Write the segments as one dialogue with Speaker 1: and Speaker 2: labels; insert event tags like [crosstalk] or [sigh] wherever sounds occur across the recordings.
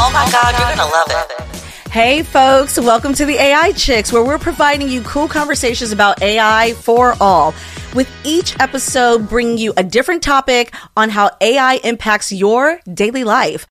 Speaker 1: Oh, God, you're going to love it.
Speaker 2: Hey, folks, welcome to the AI Chicks, where we're providing you cool conversations about AI for all. With each episode, bringing you a different topic on how AI impacts your daily life.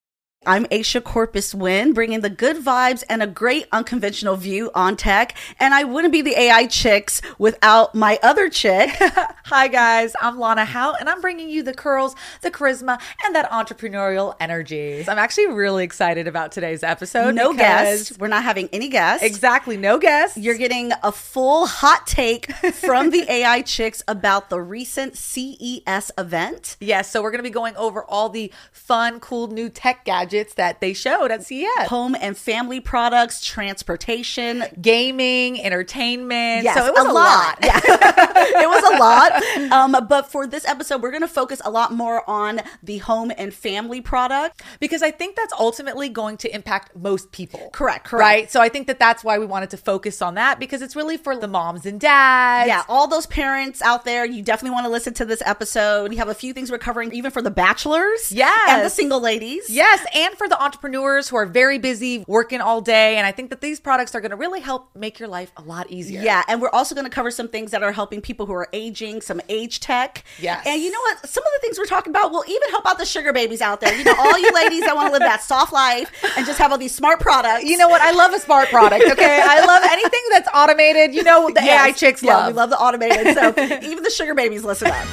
Speaker 2: I'm Aisha Corpus Wynn, bringing the good vibes and a great unconventional view on tech. And I wouldn't be the AI Chicks without my other chick. [laughs]
Speaker 3: Hi, guys. I'm Lana Howe, and I'm bringing you the curls, the charisma, and that entrepreneurial energy. So I'm actually really excited about today's episode.
Speaker 2: No
Speaker 3: because-
Speaker 2: guest. We're not having any guests.
Speaker 3: Exactly. No guests.
Speaker 2: You're getting a full hot take from
Speaker 3: [laughs]
Speaker 2: the AI chicks about the recent CES event.
Speaker 3: Yes, so we're going to be going over all the fun, cool new tech gadgets that they showed at E CES.
Speaker 2: Home and family products, transportation.
Speaker 3: Gaming, entertainment.
Speaker 2: Yes,
Speaker 3: so it was a, lot.
Speaker 2: Yeah. [laughs] it was
Speaker 3: [laughs]
Speaker 2: a lot. Um, but for this episode, we're going to focus a lot more on the home and family product.
Speaker 3: because I think that's ultimately going to impact most people.
Speaker 2: Correct, correct.
Speaker 3: Right? So I think that that's why we wanted to focus on that because it's really for the moms and dads.
Speaker 2: Yeah, all those parents out there, you definitely want to listen to this episode. We have a few things we're covering, even for the bachelors, and the
Speaker 3: Yes.
Speaker 2: single ladies.
Speaker 3: Yes, and for the entrepreneurs who are very busy working all day. And I think that these products are going to really help make your life a lot easier.
Speaker 2: Yeah, and we're also going to cover some things that are helping people who are aging, some age tech.
Speaker 3: Yes.
Speaker 2: And you know what? Some of the things we're talking about will even help out the sugar babies out there. You know, all you ladies that want to live that soft life and just have all these smart products.
Speaker 3: You know what? I love a smart product. Okay. I love anything that's automated. You know, the AI chicks
Speaker 2: yeah,
Speaker 3: love.
Speaker 2: we love the automated.
Speaker 3: [laughs]
Speaker 2: So even the sugar babies listen up.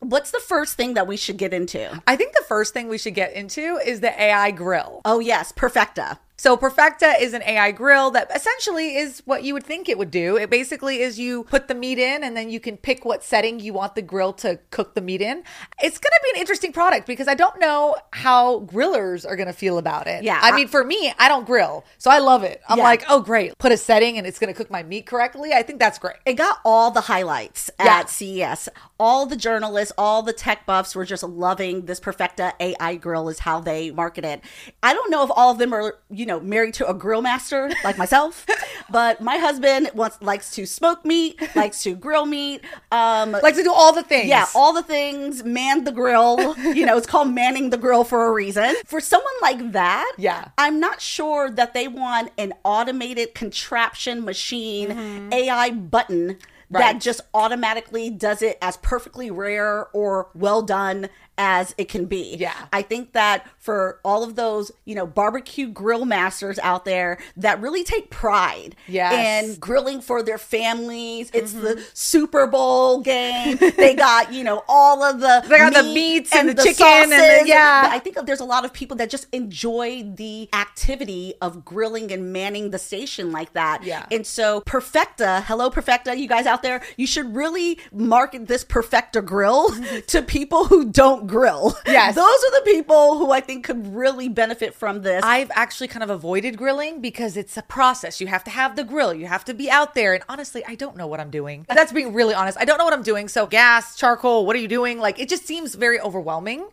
Speaker 2: What's the first thing that we should get into?
Speaker 3: I think the first thing we should get into is the AI grill.
Speaker 2: Oh, yes, perfecta.
Speaker 3: So Perfecta is an AI grill that essentially is what you would think it would do. It basically is you put the meat in and then you can pick what setting you want the grill to cook the meat in. It's going to be an interesting product because I don't know how grillers are going to feel about it.
Speaker 2: Yeah,
Speaker 3: I,
Speaker 2: I-
Speaker 3: mean, for me, I don't grill. So I love it. I'm
Speaker 2: Yeah.
Speaker 3: like, "Oh, great. Put a setting and it's going to cook my meat correctly." I think that's great.
Speaker 2: it got all the highlights
Speaker 3: Yeah.
Speaker 2: at CES. All the journalists, all the tech buffs were just loving this Perfecta AI grill is how they market it. I don't know if all of them are, you know, married to a grill master like myself, but my husband wants likes to smoke meat, likes to grill meat. Um
Speaker 3: Like to do all the things.
Speaker 2: yeah, all the things, man the grill. You
Speaker 3: [laughs]
Speaker 2: know, it's called manning the grill for a reason. For someone like that,
Speaker 3: Yeah.
Speaker 2: I'm not sure that they want an automated contraption machine AI button
Speaker 3: Mm-hmm. Right.
Speaker 2: that just automatically does it as perfectly rare or well done as it can be.
Speaker 3: Yeah.
Speaker 2: I think that for all of those, you know, barbecue grill masters out there that really take pride
Speaker 3: Yes. Mm-hmm.
Speaker 2: in grilling for their families. It's the Super Bowl game.
Speaker 3: [laughs]
Speaker 2: they got, you know, all of the
Speaker 3: They got the meats and the chicken and the-
Speaker 2: sauces.
Speaker 3: yeah.
Speaker 2: But I think there's a lot of people that just enjoy the activity of grilling and manning the station like that.
Speaker 3: Yeah.
Speaker 2: And so Perfecta, hello Perfecta, you guys out there, you should really market this Perfecta
Speaker 3: [laughs]
Speaker 2: grill to people who don't grill.
Speaker 3: Yes.
Speaker 2: Those are the people who I think could really benefit from this.
Speaker 3: I've actually kind of avoided grilling because it's a process. You have to have the grill, you have to be out there. And honestly, I don't know what I'm doing. That's being really honest. I don't know what I'm doing. So, gas, charcoal, what are you doing? Like, it just seems very overwhelming.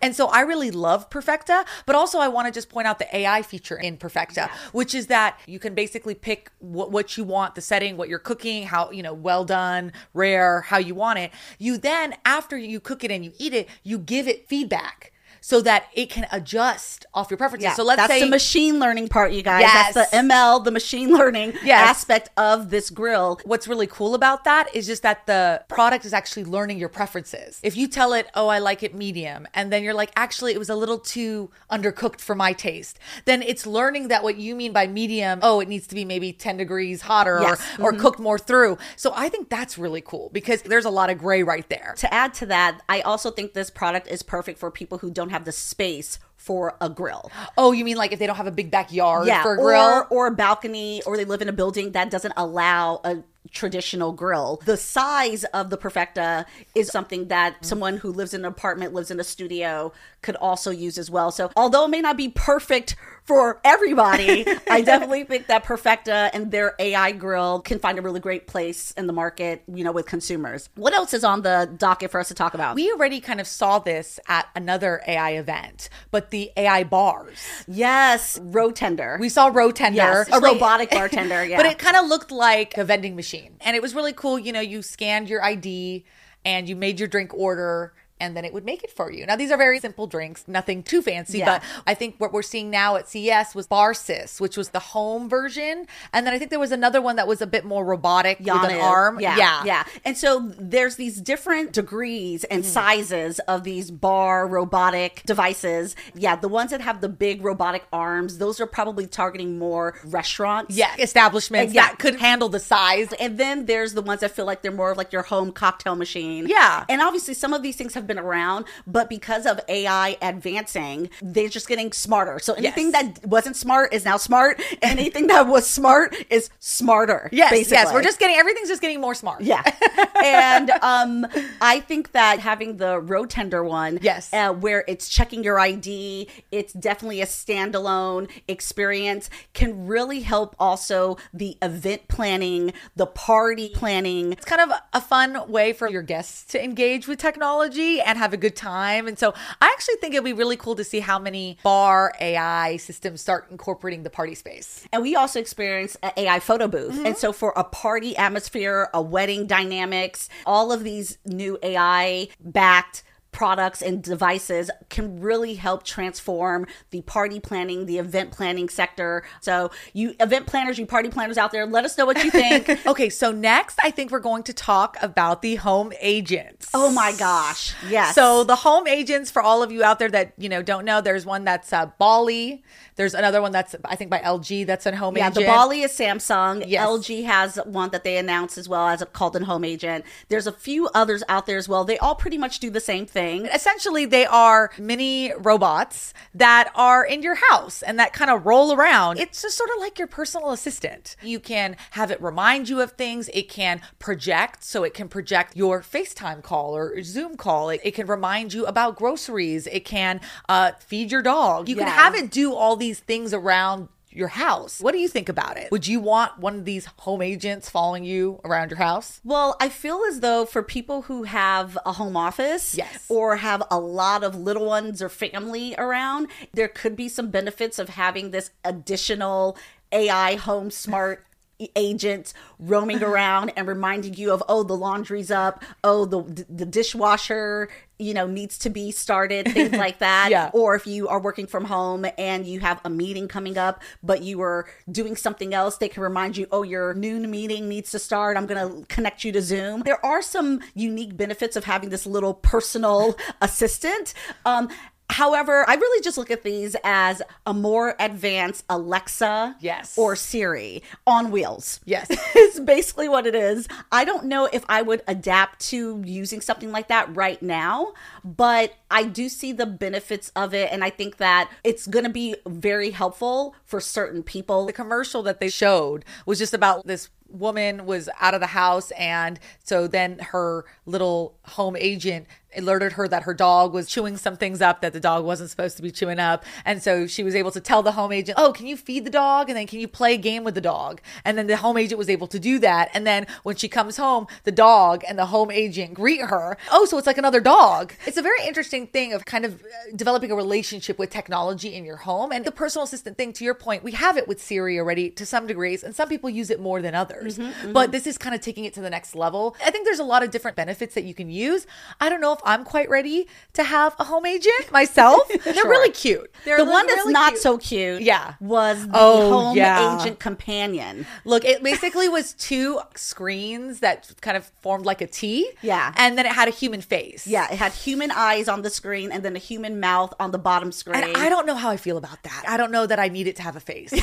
Speaker 3: And so, I really love Perfecta, but also I want to just point out the AI feature in Perfecta, which is that you can basically pick what, what you want, the setting, what you're cooking, how, you know, well done, rare, how you want it. You then, after you cook it and you eat it, you give it feedback. So that it can adjust off your preferences. So let's
Speaker 2: that's
Speaker 3: say
Speaker 2: the machine learning part, you guys. That's
Speaker 3: Yes.
Speaker 2: the ML, the machine learning
Speaker 3: [laughs] Yes.
Speaker 2: aspect of this grill.
Speaker 3: What's really cool about that is just that the product is actually learning your preferences. If you tell it, oh, I like it medium, and then you're like, actually, it was a little too undercooked for my taste, then it's learning that what you mean by medium, oh, it needs to be maybe 10 degrees hotter
Speaker 2: Yes.
Speaker 3: or, or cooked more through. So I think that's really cool because there's a lot of gray right there.
Speaker 2: To add to that, I also think this product is perfect for people who don't have the space for a grill.
Speaker 3: Oh, you mean like if they don't have a big backyard for a grill?
Speaker 2: or or a balcony, or they live in a building that doesn't allow a traditional grill. The size of the perfecta is something that
Speaker 3: Mm-hmm.
Speaker 2: someone who lives in an apartment, lives in a studio, could also use as well. So although it may not be perfect for everybody,
Speaker 3: [laughs]
Speaker 2: I definitely think that perfecta and their AI grill can find a really great place in the market, you know, with consumers. What else is on the docket for us to talk about?
Speaker 3: we already kind of saw this at another AI event, but the AI bars.
Speaker 2: yes, Rotender.
Speaker 3: We saw Rotender,
Speaker 2: Yes, a
Speaker 3: So- [laughs]
Speaker 2: robotic bartender, yeah.
Speaker 3: but it kind of looked like a vending machine, and it was really cool. You know, you scanned your ID and you made your drink order, and then it would make it for you. Now, these are very simple drinks, nothing too fancy,
Speaker 2: Yeah.
Speaker 3: but I think what we're seeing now at CES was Barsis, which was the home version. And then I think there was another one that was a bit more robotic with an
Speaker 2: Yana.
Speaker 3: arm.
Speaker 2: Yeah,
Speaker 3: yeah.
Speaker 2: yeah. And so there's these different degrees
Speaker 3: Mm.
Speaker 2: and sizes of these bar robotic devices. Yeah, the ones that have the big robotic arms, those are probably targeting more restaurants.
Speaker 3: Yeah, establishments
Speaker 2: Yeah.
Speaker 3: that could handle the size.
Speaker 2: And then there's the ones that feel like they're more of like your home cocktail machine.
Speaker 3: Yeah.
Speaker 2: And obviously some of these things have been around, but because of AI advancing, they're just getting smarter. So anything that wasn't smart is now smart. and anything that was smart is smarter.
Speaker 3: Yes,
Speaker 2: basically.
Speaker 3: yes, we're just getting everything's just getting more smart.
Speaker 2: Yeah. and um, I think that having the road tender one,
Speaker 3: Yes.
Speaker 2: uh, where it's checking your ID, it's definitely a standalone experience, can really help also the event planning, the party planning.
Speaker 3: It's kind of a fun way for your guests to engage with technology and have a good time. And so I actually think it'd be really cool to see how many bar AI systems start incorporating the party space.
Speaker 2: And we also experience an AI photo booth.
Speaker 3: Mm-hmm.
Speaker 2: And so for a party atmosphere, a wedding dynamics, all of these new AI backed products and devices can really help transform the party planning, the event planning sector. So you event planners, you party planners out there, let us know what you
Speaker 3: [laughs]
Speaker 2: think.
Speaker 3: Okay, so next I think we're going to talk about the home agents.
Speaker 2: oh my gosh. Yes.
Speaker 3: So the home agents for all of you out there that you know don't know, there's one that's uh, Bali. There's another one that's I think by LG. That's a home
Speaker 2: yeah,
Speaker 3: agent.
Speaker 2: the Bali is Samsung.
Speaker 3: Yes.
Speaker 2: LG has one that they announced as well as a called in home agent. There's a few others out there as well. They all pretty much do the same thing.
Speaker 3: essentially they are mini robots that are in your house and that kind of roll around. It's just sort of like your personal assistant. You can have it remind you of things. It can project, so it can project your FaceTime call or Zoom call. It, it can remind you about groceries. It can uh, feed your dog. You can
Speaker 2: Yeah.
Speaker 3: have it do all these things around your house. What do you think about it? Would you want one of these home agents following you around your house?
Speaker 2: Well, I feel as though for people who have a home office
Speaker 3: Yes.
Speaker 2: or have a lot of little ones or family around, there could be some benefits of having this additional AI home smart e-, agent
Speaker 3: [laughs]
Speaker 2: roaming around and reminding you of oh the laundry's up, oh the the dishwasher, you know, needs to be started,
Speaker 3: [laughs]
Speaker 2: things like that.
Speaker 3: Yeah.
Speaker 2: Or if you are working from home and you have a meeting coming up, but you were doing something else, they can remind you, oh, your noon meeting needs to start. I'm going to connect you to Zoom. There are some unique benefits of having this little personal [laughs] assistant. Um, However, I really just look at these as a more advanced Alexa
Speaker 3: Yes.
Speaker 2: or Siri on wheels.
Speaker 3: Yes.
Speaker 2: [laughs] It's basically what it is. I don't know if I would adapt to using something like that right now, but I do see the benefits of it. And I think that it's going to be very helpful for certain people.
Speaker 3: the commercial that they showed was just about this woman was out of the house and so then her little home agent alerted her that her dog was chewing some things up that the dog wasn't supposed to be chewing up and so she was able to tell the home agent oh can you feed the dog and then can you play a game with the dog and then the home agent was able to do that and then when she comes home the dog and the home agent greet her oh so it's like another dog it's a very interesting thing of kind of uh, developing a relationship with technology in your home and the personal assistant thing to your point we have it with siri already to some degrees and some people use it more than others but this is kind of taking it to the next level i think there's a lot of different benefits that you can use i don't know if i'm quite ready to have a home agent myself they're
Speaker 2: Sure.
Speaker 3: really cute They're
Speaker 2: the one that's
Speaker 3: really
Speaker 2: not
Speaker 3: cute.
Speaker 2: so cute
Speaker 3: Yeah.
Speaker 2: was the
Speaker 3: Oh,
Speaker 2: home
Speaker 3: yeah.
Speaker 2: agent companion.
Speaker 3: Look, it basically was two screens that kind of formed like a T.
Speaker 2: Yeah.
Speaker 3: And then it had a human face.
Speaker 2: Yeah, it had human eyes on the screen and then a human mouth on the bottom screen.
Speaker 3: And I don't know how I feel about that. I don't know that I need it to have a [laughs] face.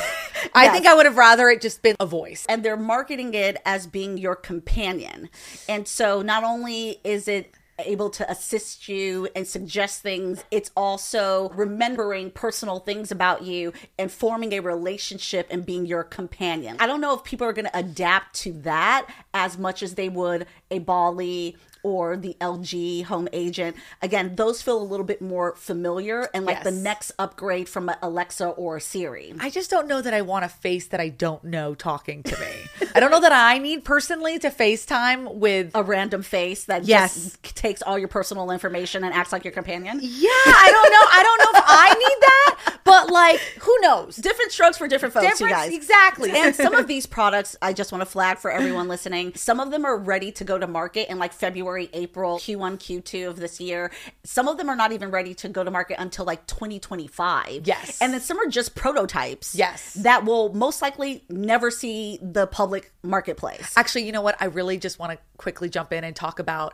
Speaker 3: I think I would have rather it just been a voice.
Speaker 2: and they're marketing it as being your companion. And so not only is it able to assist you and suggest things, it's also remembering personal things about you and forming a relationship and being your companion. I don't know if people are going to adapt to that as much as they would a Bali or the LG home agent. Again, those feel a little bit more familiar and like the
Speaker 3: Yes.
Speaker 2: next upgrade from an Alexa or a Siri.
Speaker 3: I just don't know that I want a face that I don't know talking to [laughs] me. I don't know that I need personally to FaceTime with.
Speaker 2: a random face that
Speaker 3: Yes.
Speaker 2: just takes all your personal information and acts like your companion.
Speaker 3: yeah, I don't know. I don't know if I need that, but but like, who knows?
Speaker 2: [laughs] Different strokes for different folks, you
Speaker 3: Difference-
Speaker 2: guys.
Speaker 3: exactly.
Speaker 2: And some of these products, I just want to flag for everyone listening. Some of them are ready to go to market in like February, April, Q1, Q2 of this year. Some of them are not even ready to go to market until like 2025.
Speaker 3: Yes.
Speaker 2: And then some are just prototypes.
Speaker 3: Yes.
Speaker 2: That will most likely never see the public marketplace.
Speaker 3: Actually, you know what? I really just want to quickly jump in and talk about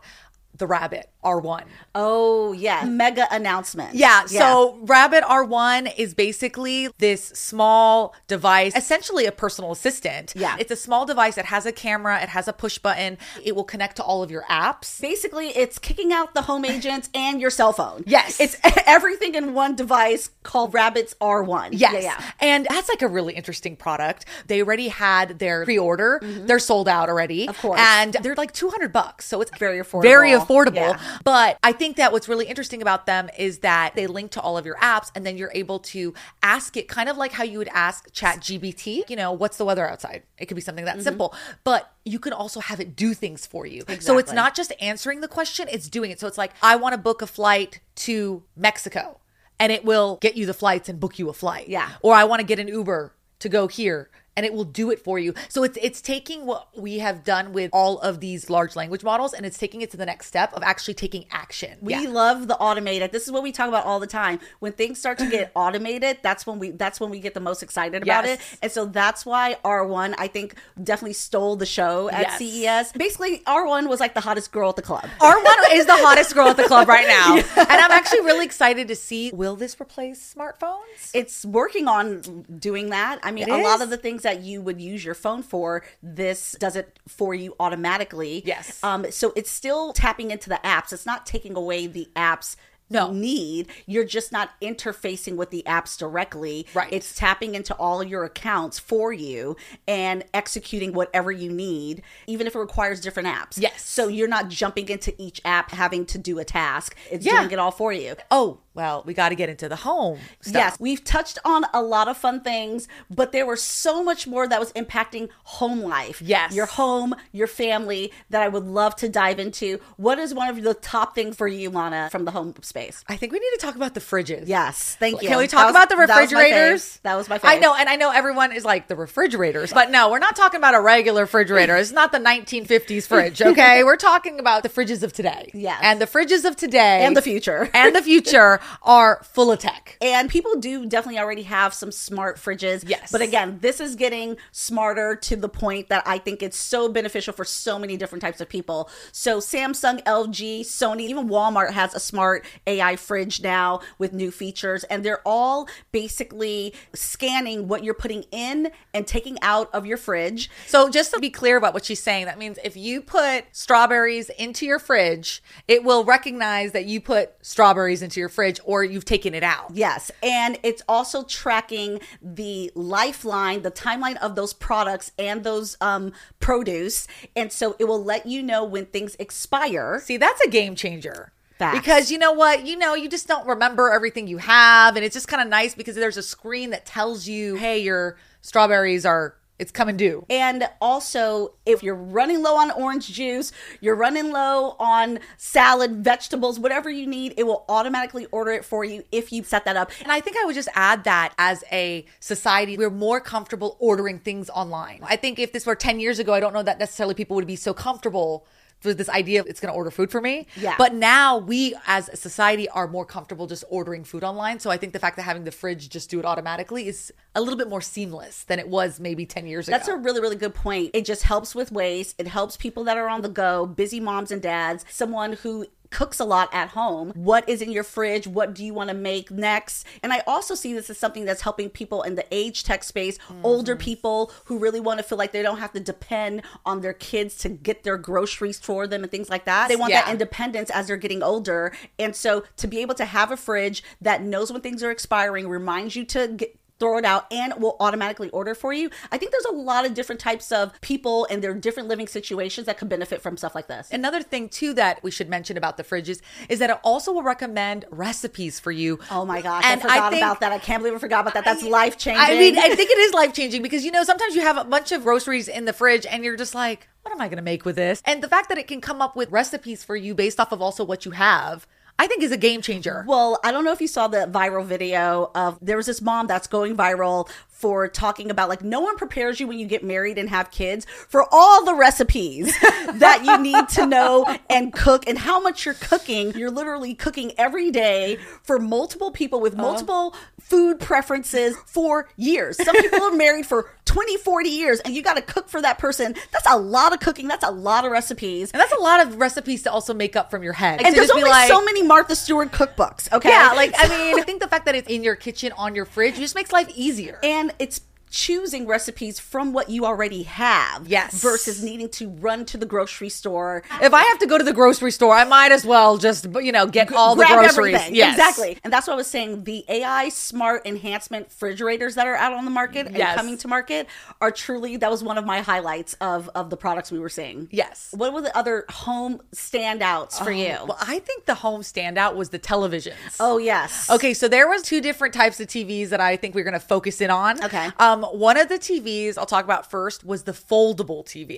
Speaker 3: the rabbit R1.
Speaker 2: Oh, yeah. Mega announcement.
Speaker 3: Yeah, so Rabbit R1 is basically this small device, essentially a personal assistant.
Speaker 2: Yeah.
Speaker 3: It's a small device that has a camera, it has a push button, it will connect to all of your apps.
Speaker 2: basically it's kicking out the home
Speaker 3: [laughs]
Speaker 2: agents and your cell phone.
Speaker 3: Yes.
Speaker 2: It's [laughs] everything in one device called Rabbits R1.
Speaker 3: Yes.
Speaker 2: Yeah, yeah.
Speaker 3: And that's like a really interesting product. They already had their pre order. They're sold out already. Mm-hmm. Of
Speaker 2: course.
Speaker 3: And they're like 200 bucks. So it's
Speaker 2: Very affordable.
Speaker 3: Very affordable.
Speaker 2: Yeah.
Speaker 3: But I think that what's really interesting about them is that they link to all of your apps and then you're able to ask it kind of like how you would ask Chat GBT, you know, what's the weather outside? It could be something
Speaker 2: Mm-hmm.
Speaker 3: that simple. But you can also have it do things for you. So it's
Speaker 2: Exactly.
Speaker 3: not just answering the question, it's doing it. So it's like, I want to book a flight to Mexico. And it will get you the flights and book you a flight.
Speaker 2: Yeah.
Speaker 3: Or I want to get an Uber to go here and it will do it for you. So it's it's taking what we have done with all of these large language models and it's taking it to the next step of actually taking action.
Speaker 2: We
Speaker 3: Yeah. [laughs]
Speaker 2: love the automated. This is what we talk about all the time. When things start to
Speaker 3: [laughs]
Speaker 2: get automated, that's when we that's when we get the most excited about
Speaker 3: Yes.
Speaker 2: it. And so that's why R1 I think definitely stole the show at
Speaker 3: Yes.
Speaker 2: CES. Basically R1 was like the hottest girl at the club.
Speaker 3: R1 is the hottest girl at the club
Speaker 2: [laughs]
Speaker 3: right now. And I'm actually really excited to see will this replace smartphones?
Speaker 2: it's working on doing that. I mean,
Speaker 3: It
Speaker 2: a lot
Speaker 3: is.
Speaker 2: of the things that you would use your phone for, this does it for you automatically.
Speaker 3: Yes.
Speaker 2: Um, so it's still tapping into the apps. It's not taking away the apps.
Speaker 3: No.
Speaker 2: need you're just not interfacing with the apps directly
Speaker 3: Right.
Speaker 2: it's tapping into all your accounts for you and executing whatever you need even if it requires different apps
Speaker 3: Yes.
Speaker 2: so you're not jumping into each app having to do a task it's
Speaker 3: Yeah.
Speaker 2: doing it all for you
Speaker 3: Oh, well, we got to get into the home stuff.
Speaker 2: Yes, we've touched on a lot of fun things, but there were so much more that was impacting home life.
Speaker 3: Yes.
Speaker 2: Your home, your family that I would love to dive into. What is one of the top things for you, Lana, from the home space?
Speaker 3: I think we need to talk about the fridges.
Speaker 2: Yes, thank you.
Speaker 3: Can we
Speaker 2: That
Speaker 3: talk
Speaker 2: was-
Speaker 3: about the
Speaker 2: that was my fave.
Speaker 3: refrigerators?
Speaker 2: That was my
Speaker 3: I
Speaker 2: fave.
Speaker 3: know, and I know everyone is like the refrigerators, but no, we're not talking about a regular refrigerator. It's not the 1950s
Speaker 2: [laughs]
Speaker 3: fridge, okay? we're talking about the fridges of today.
Speaker 2: Yes.
Speaker 3: And the fridges of today
Speaker 2: And the future.
Speaker 3: [laughs] and the future are full of tech.
Speaker 2: And people do definitely already have some smart fridges.
Speaker 3: Yes.
Speaker 2: But again, this is getting smarter to the point that I think it's so beneficial for so many different types of people. So Samsung, LG, Sony, even Walmart has a smart AI fridge now with new features. And they're all basically scanning what you're putting in and taking out of your fridge.
Speaker 3: So just to be clear about what she's saying, that means if you put strawberries into your fridge, it will recognize that you put strawberries into your fridge or you've taken it out.
Speaker 2: Yes. And it's also tracking the lifeline, the timeline of those products and those um, produce. And so it will let you know when things expire.
Speaker 3: See, that's a game changer.
Speaker 2: Facts.
Speaker 3: Because you know what? You know, you just don't remember everything you have. And it's just kind of nice because there's a screen that tells you, hey, your strawberries are, it's coming due.
Speaker 2: And also, if you're running low on orange juice, you're running low on salad, vegetables, whatever you need, it will automatically order it for you if you set that up.
Speaker 3: And I think I would just add that as a society, we're more comfortable ordering things online. I think if this were 10 years ago, I don't know that necessarily people would be so comfortable with this idea of it's going to order food for me.
Speaker 2: Yeah.
Speaker 3: But now we as a society are more comfortable just ordering food online. So I think the fact that having the fridge just do it automatically is a little bit more seamless than it was maybe 10 years ago.
Speaker 2: That's a really, really good point. It just helps with waste. It helps people that are on the go, busy moms and dads, someone who cooks a lot at home. What is in your fridge? What do you want to make next? And I also see this as something that's helping people in the age tech space, older people who really want to feel like they don't have to depend on their kids to get their groceries for them and things like that. They want that
Speaker 3: Yeah.
Speaker 2: independence as they're getting older. And so to be able to have a fridge that knows when things are expiring, reminds you to get throw it out and it will automatically order for you. I think there's a lot of different types of people and their different living situations that could benefit from stuff like this.
Speaker 3: Another thing too that we should mention about the fridges is that it also will recommend recipes for you.
Speaker 2: oh my gosh,
Speaker 3: And
Speaker 2: I forgot
Speaker 3: think-
Speaker 2: about that. I can't believe I forgot about that. That's
Speaker 3: I-
Speaker 2: life changing.
Speaker 3: I mean, I think it is life changing because you know sometimes you have a bunch of groceries in the fridge and you're just like, what am I going to make with this? And the fact that it can come up with recipes for you based off of also what you have. I think is a game changer.
Speaker 2: Well, I don't know if you saw the viral video of there was this mom that's going viral for talking about like no one prepares you when you get married and have kids for all the
Speaker 3: [laughs]
Speaker 2: recipes that you need to know and cook and how much you're cooking. You're literally cooking every day for multiple people
Speaker 3: Uh-huh.
Speaker 2: with multiple food preferences for years. Some people are married for 20, 40 years and you got to cook for that person. That's a lot of cooking, that's a lot of recipes.
Speaker 3: And that's a lot of recipes to also make up from your head.
Speaker 2: And
Speaker 3: To
Speaker 2: there's
Speaker 3: just be
Speaker 2: only
Speaker 3: like-
Speaker 2: so many Martha Stewart cookbooks, okay?
Speaker 3: Yeah, like
Speaker 2: [laughs]
Speaker 3: I mean, I think the fact that it's in your kitchen, on your fridge, it just makes life easier.
Speaker 2: and it's choosing recipes from what you already have
Speaker 3: Yes.
Speaker 2: versus needing to run to the grocery store
Speaker 3: If I have to go to the grocery store, I might as well just you know get all the
Speaker 2: grab
Speaker 3: groceries.
Speaker 2: everything
Speaker 3: Yes.
Speaker 2: exactly and that's what i was saying the ai smart enhancement refrigerators that are out on the market and
Speaker 3: Yes.
Speaker 2: coming to market are truly that was one of my highlights of of the products we were seeing
Speaker 3: Yes. Oh,
Speaker 2: what were the other home standouts for you
Speaker 3: Well, I think the home standout was the televisions.
Speaker 2: oh yes
Speaker 3: Okay, so there was two different types of TVs that I think we're going to focus in on.
Speaker 2: Okay.
Speaker 3: Um, one of the TVs I'll talk about first was the foldable TV,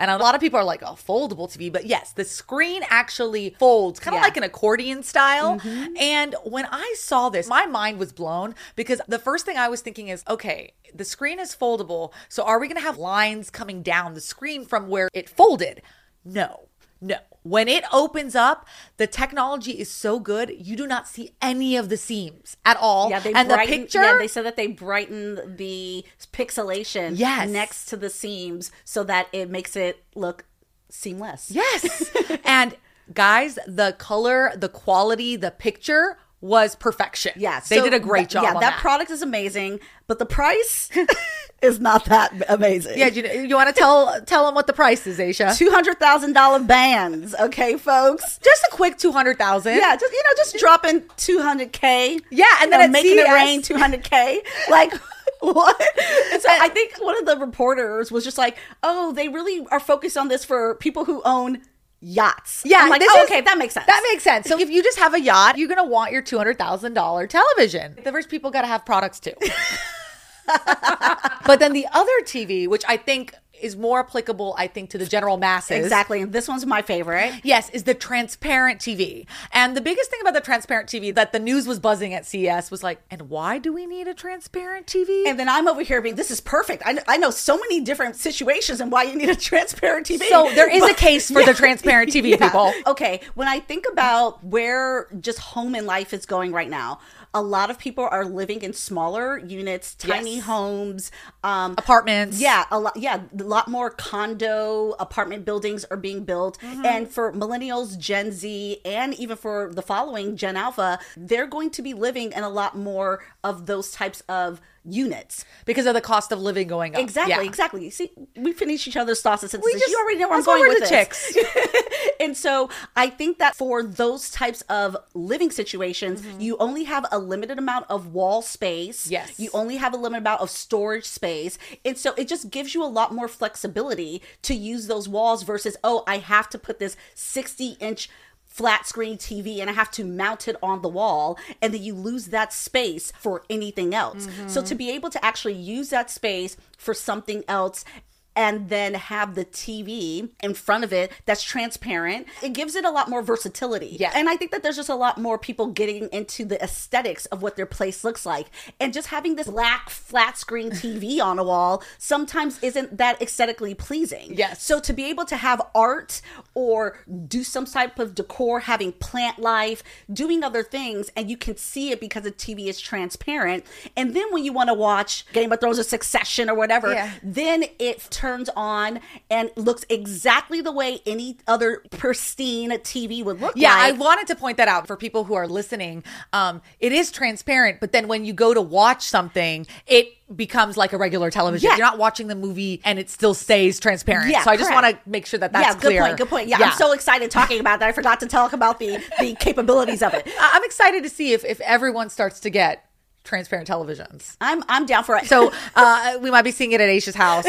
Speaker 3: and a lot of people are like, "Oh, foldable TV," but yes, the screen actually folds, kind of
Speaker 2: Yeah. Mm-hmm.
Speaker 3: like an accordion style. And when I saw this, my mind was blown because the first thing I was thinking is, okay. The screen is foldable, so are we going to have lines coming down the screen from where it folded? No. No. When it opens up, the technology is so good, you do not see any of the seams at all.
Speaker 2: yeah, they
Speaker 3: Oh, and the
Speaker 2: brighten,
Speaker 3: picture,
Speaker 2: Yeah, they said that they brighten the pixelation
Speaker 3: Yes.
Speaker 2: next to the seams so that it makes it look seamless.
Speaker 3: [laughs] yes. and guys, the color, the quality, the picture was perfection.
Speaker 2: Yeah,
Speaker 3: They
Speaker 2: so
Speaker 3: did a great
Speaker 2: that-
Speaker 3: job.
Speaker 2: Yeah,
Speaker 3: on
Speaker 2: that, product is amazing, but the
Speaker 3: [laughs]
Speaker 2: price is not that amazing.
Speaker 3: yeah, you, you want to tell tell them what the price is, Aisha?
Speaker 2: two hundred thousand dollar bands. Okay,
Speaker 3: [laughs]
Speaker 2: folks.
Speaker 3: just a quick two hundred thousand.
Speaker 2: Yeah, just you know, just dropping two hundred k.
Speaker 3: Yeah, and then at E
Speaker 2: making it
Speaker 3: CES.
Speaker 2: rain two hundred [laughs] k. Like what? And so I think one of the reporters was just like, "Oh, they really are focused on this for people who own yachts."
Speaker 3: Yeah,
Speaker 2: I'm like,
Speaker 3: this
Speaker 2: "Oh,
Speaker 3: is-
Speaker 2: okay, that makes sense.
Speaker 3: That makes sense. So if you just have a yacht, you're gonna want your two hundred thousand dollar television. The rich people gotta have products [laughs] too. but then the other TV, which I think is more applicable, I think to the general masses.
Speaker 2: exactly. And this one's my favorite.
Speaker 3: Yes, is the transparent TV. And the biggest thing about the transparent TV that the news was buzzing at CES was like, and why do we need a transparent TV?
Speaker 2: And then I'm over here being, this is perfect. I, kn- I know so many different situations and why you need a [laughs] transparent TV. [laughs]
Speaker 3: so there is a
Speaker 2: But-
Speaker 3: case for the transparent
Speaker 2: [laughs]
Speaker 3: TV
Speaker 2: Yeah.
Speaker 3: people.
Speaker 2: Okay, when I think about where just home and life is going right now, a lot of people are living in smaller units, tiny
Speaker 3: Yes.
Speaker 2: homes. Um,
Speaker 3: Apartments.
Speaker 2: yeah, a lot. Yeah, a lot more condo apartment buildings are being built,
Speaker 3: Mm-hmm.
Speaker 2: and for millennials, Gen Z, and even for the following Gen Alpha, they're going to be living in a lot more of those types of units.
Speaker 3: Because of the cost of living going up.
Speaker 2: Exactly,
Speaker 3: Yeah.
Speaker 2: exactly. See, we finish each other's thoughts and
Speaker 3: We
Speaker 2: sentences.
Speaker 3: just-
Speaker 2: you already know where I'm
Speaker 3: that's why
Speaker 2: going
Speaker 3: we're
Speaker 2: with
Speaker 3: the
Speaker 2: this.
Speaker 3: chicks.
Speaker 2: and so I think that for those types of living situations, you only have a limited amount of wall space.
Speaker 3: Mm-hmm. Yes.
Speaker 2: You only have a limited amount of storage space. And so it just gives you a lot more flexibility to use those walls versus, oh, I have to put this 60 inch flat screen TV and I have to mount it on the wall and then you lose that space for anything else. So to be able to actually use that space for something else and then have the TV in front of it that's transparent, it gives it a lot more versatility.
Speaker 3: Yeah.
Speaker 2: And I think that there's just a lot more people getting into the aesthetics of what their place looks like. And just having this black flat screen
Speaker 3: [laughs]
Speaker 2: TV on a wall sometimes isn't that aesthetically pleasing.
Speaker 3: Yes.
Speaker 2: So to be able to have art or do some type of decor, having plant life, doing other things, and you can see it because the TV is transparent. And then when you want to watch Game of Thrones or Succession or whatever,
Speaker 3: Yeah.
Speaker 2: then it turns on and looks exactly the way any other pristine TV would look
Speaker 3: Yeah,
Speaker 2: [laughs] like.
Speaker 3: I wanted to point that out for people who are listening. Um, it is transparent, but then when you go to watch something, it becomes like a regular television.
Speaker 2: Yeah.
Speaker 3: You're not watching the movie and it still stays transparent.
Speaker 2: Yeah,
Speaker 3: so I just
Speaker 2: correct.
Speaker 3: want to make sure that that's
Speaker 2: yeah, good
Speaker 3: clear.
Speaker 2: point. Good point. Yeah, I'm so excited talking about that. I forgot to talk about the
Speaker 3: [laughs]
Speaker 2: the capabilities of it.
Speaker 3: I- I'm excited to see if if everyone starts to get transparent televisions.
Speaker 2: I'm I'm down for it.
Speaker 3: [laughs] So uh, we might be seeing it at Aisha's house.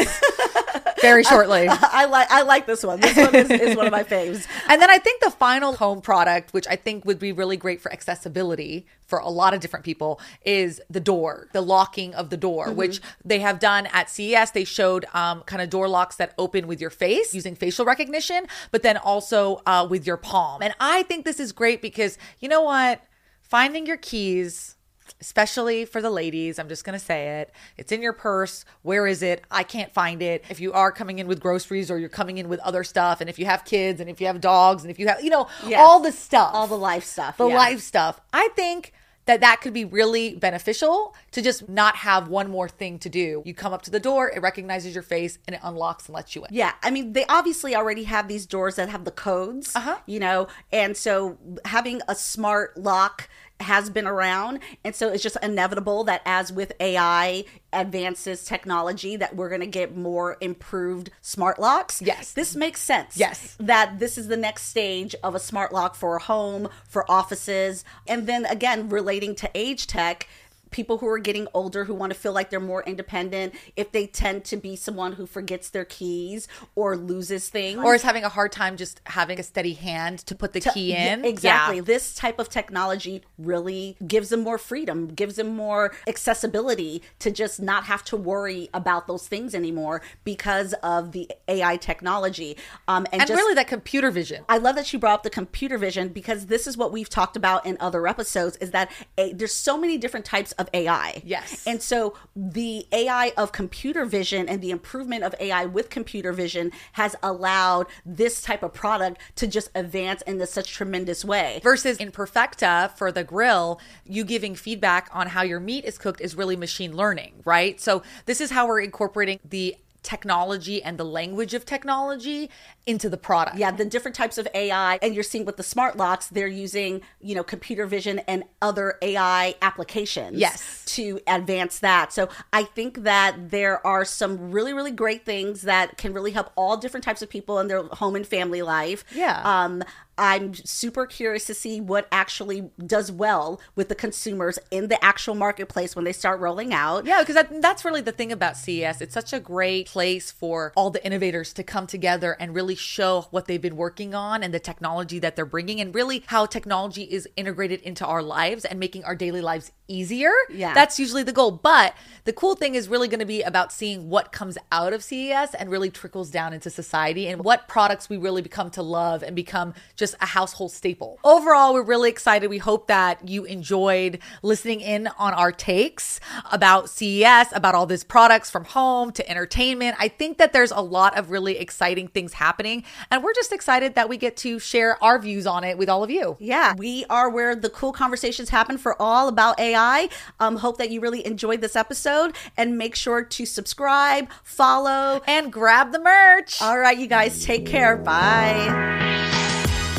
Speaker 3: very shortly.
Speaker 2: [laughs] I like I like this one. This one is, is one of my faves.
Speaker 3: And then I think the final home product, which I think would be really great for accessibility for a lot of different people, is the door, the locking of the door, which they have done at CES. They showed um, kind of door locks that open with your face using facial recognition, but then also uh, with your palm. And I think this is great because you know what? Finding your keys especially for the ladies. I'm just going to say it. It's in your purse. Where is it? I can't find it. If you are coming in with groceries or you're coming in with other stuff, and if you have kids and if you have dogs and if you have, you know,
Speaker 2: Yes.
Speaker 3: all the stuff,
Speaker 2: All the life stuff.
Speaker 3: the
Speaker 2: yeah.
Speaker 3: life stuff. I think that that could be really beneficial to just not have one more thing to do. You come up to the door, it recognizes your face, and it unlocks and lets you in.
Speaker 2: Yeah, I mean, they obviously already have these doors that have the codes,
Speaker 3: Uh-huh.
Speaker 2: you know, and so having a smart lock has been around, and so it's just inevitable that as with AI advances technology, that we're going to get more improved smart locks.
Speaker 3: Yes.
Speaker 2: this makes sense.
Speaker 3: Yes.
Speaker 2: that this is the next stage of a smart lock for a home, for offices, and then again relating to age tech people who are getting older who want to feel like they're more independent if they tend to be someone who forgets their keys or loses things
Speaker 3: Or is having a hard time just having a steady hand to put the key
Speaker 2: Yeah,
Speaker 3: in.
Speaker 2: exactly
Speaker 3: Yeah.
Speaker 2: this type of technology really gives them more freedom gives them more accessibility to just not have to worry about those things anymore because of the ai technology um, and,
Speaker 3: And
Speaker 2: just
Speaker 3: really that computer vision.
Speaker 2: I love that she brought up the computer vision because this is what we've talked about in other episodes is that a, there's so many different types of AI.
Speaker 3: Yes.
Speaker 2: And so the AI of computer vision and the improvement of AI with computer vision has allowed this type of product to just advance in this such tremendous way.
Speaker 3: Versus in Perfecta for the grill, you giving feedback on how your meat is cooked is really machine learning, right? So this is how we're incorporating the technology and the language of technology into the product.
Speaker 2: Yeah, the different types of AI, and you're seeing with the smart locks, they're using you know computer vision and other AI applications.
Speaker 3: Yes.
Speaker 2: to advance that. So I think that there are some really really great things that can really help all different types of people in their home and family life.
Speaker 3: Yeah.
Speaker 2: Um, I'm super curious to see what actually does well with the consumers in the actual marketplace when they start rolling out.
Speaker 3: Yeah, because that, that's really the thing about CES. It's such a great place for all the innovators to come together and really show what they've been working on and the technology that they're bringing, and really how technology is integrated into our lives and making our daily lives easier.
Speaker 2: Yeah.
Speaker 3: That's usually the goal. But the cool thing is really going to be about seeing what comes out of CES and really trickles down into society and what products we really become to love and become just a household staple. Overall, we're really excited. We hope that you enjoyed listening in on our takes about CES, about all these products from home to entertainment. I think that there's a lot of really exciting things happening, and we're just excited that we get to share our views on it with all of you.
Speaker 2: Yeah, we are where the cool conversations happen for all about AI. Um, hope that you really enjoyed this episode and make sure to subscribe, follow.
Speaker 3: And grab the merch.
Speaker 2: All right, you guys, take care. Bye.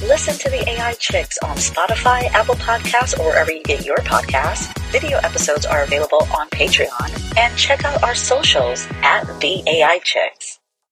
Speaker 1: Listen to the AI Chicks on Spotify, Apple Podcasts, or wherever you get your podcasts. Video episodes are available on Patreon. And check out our socials at the AI Chicks.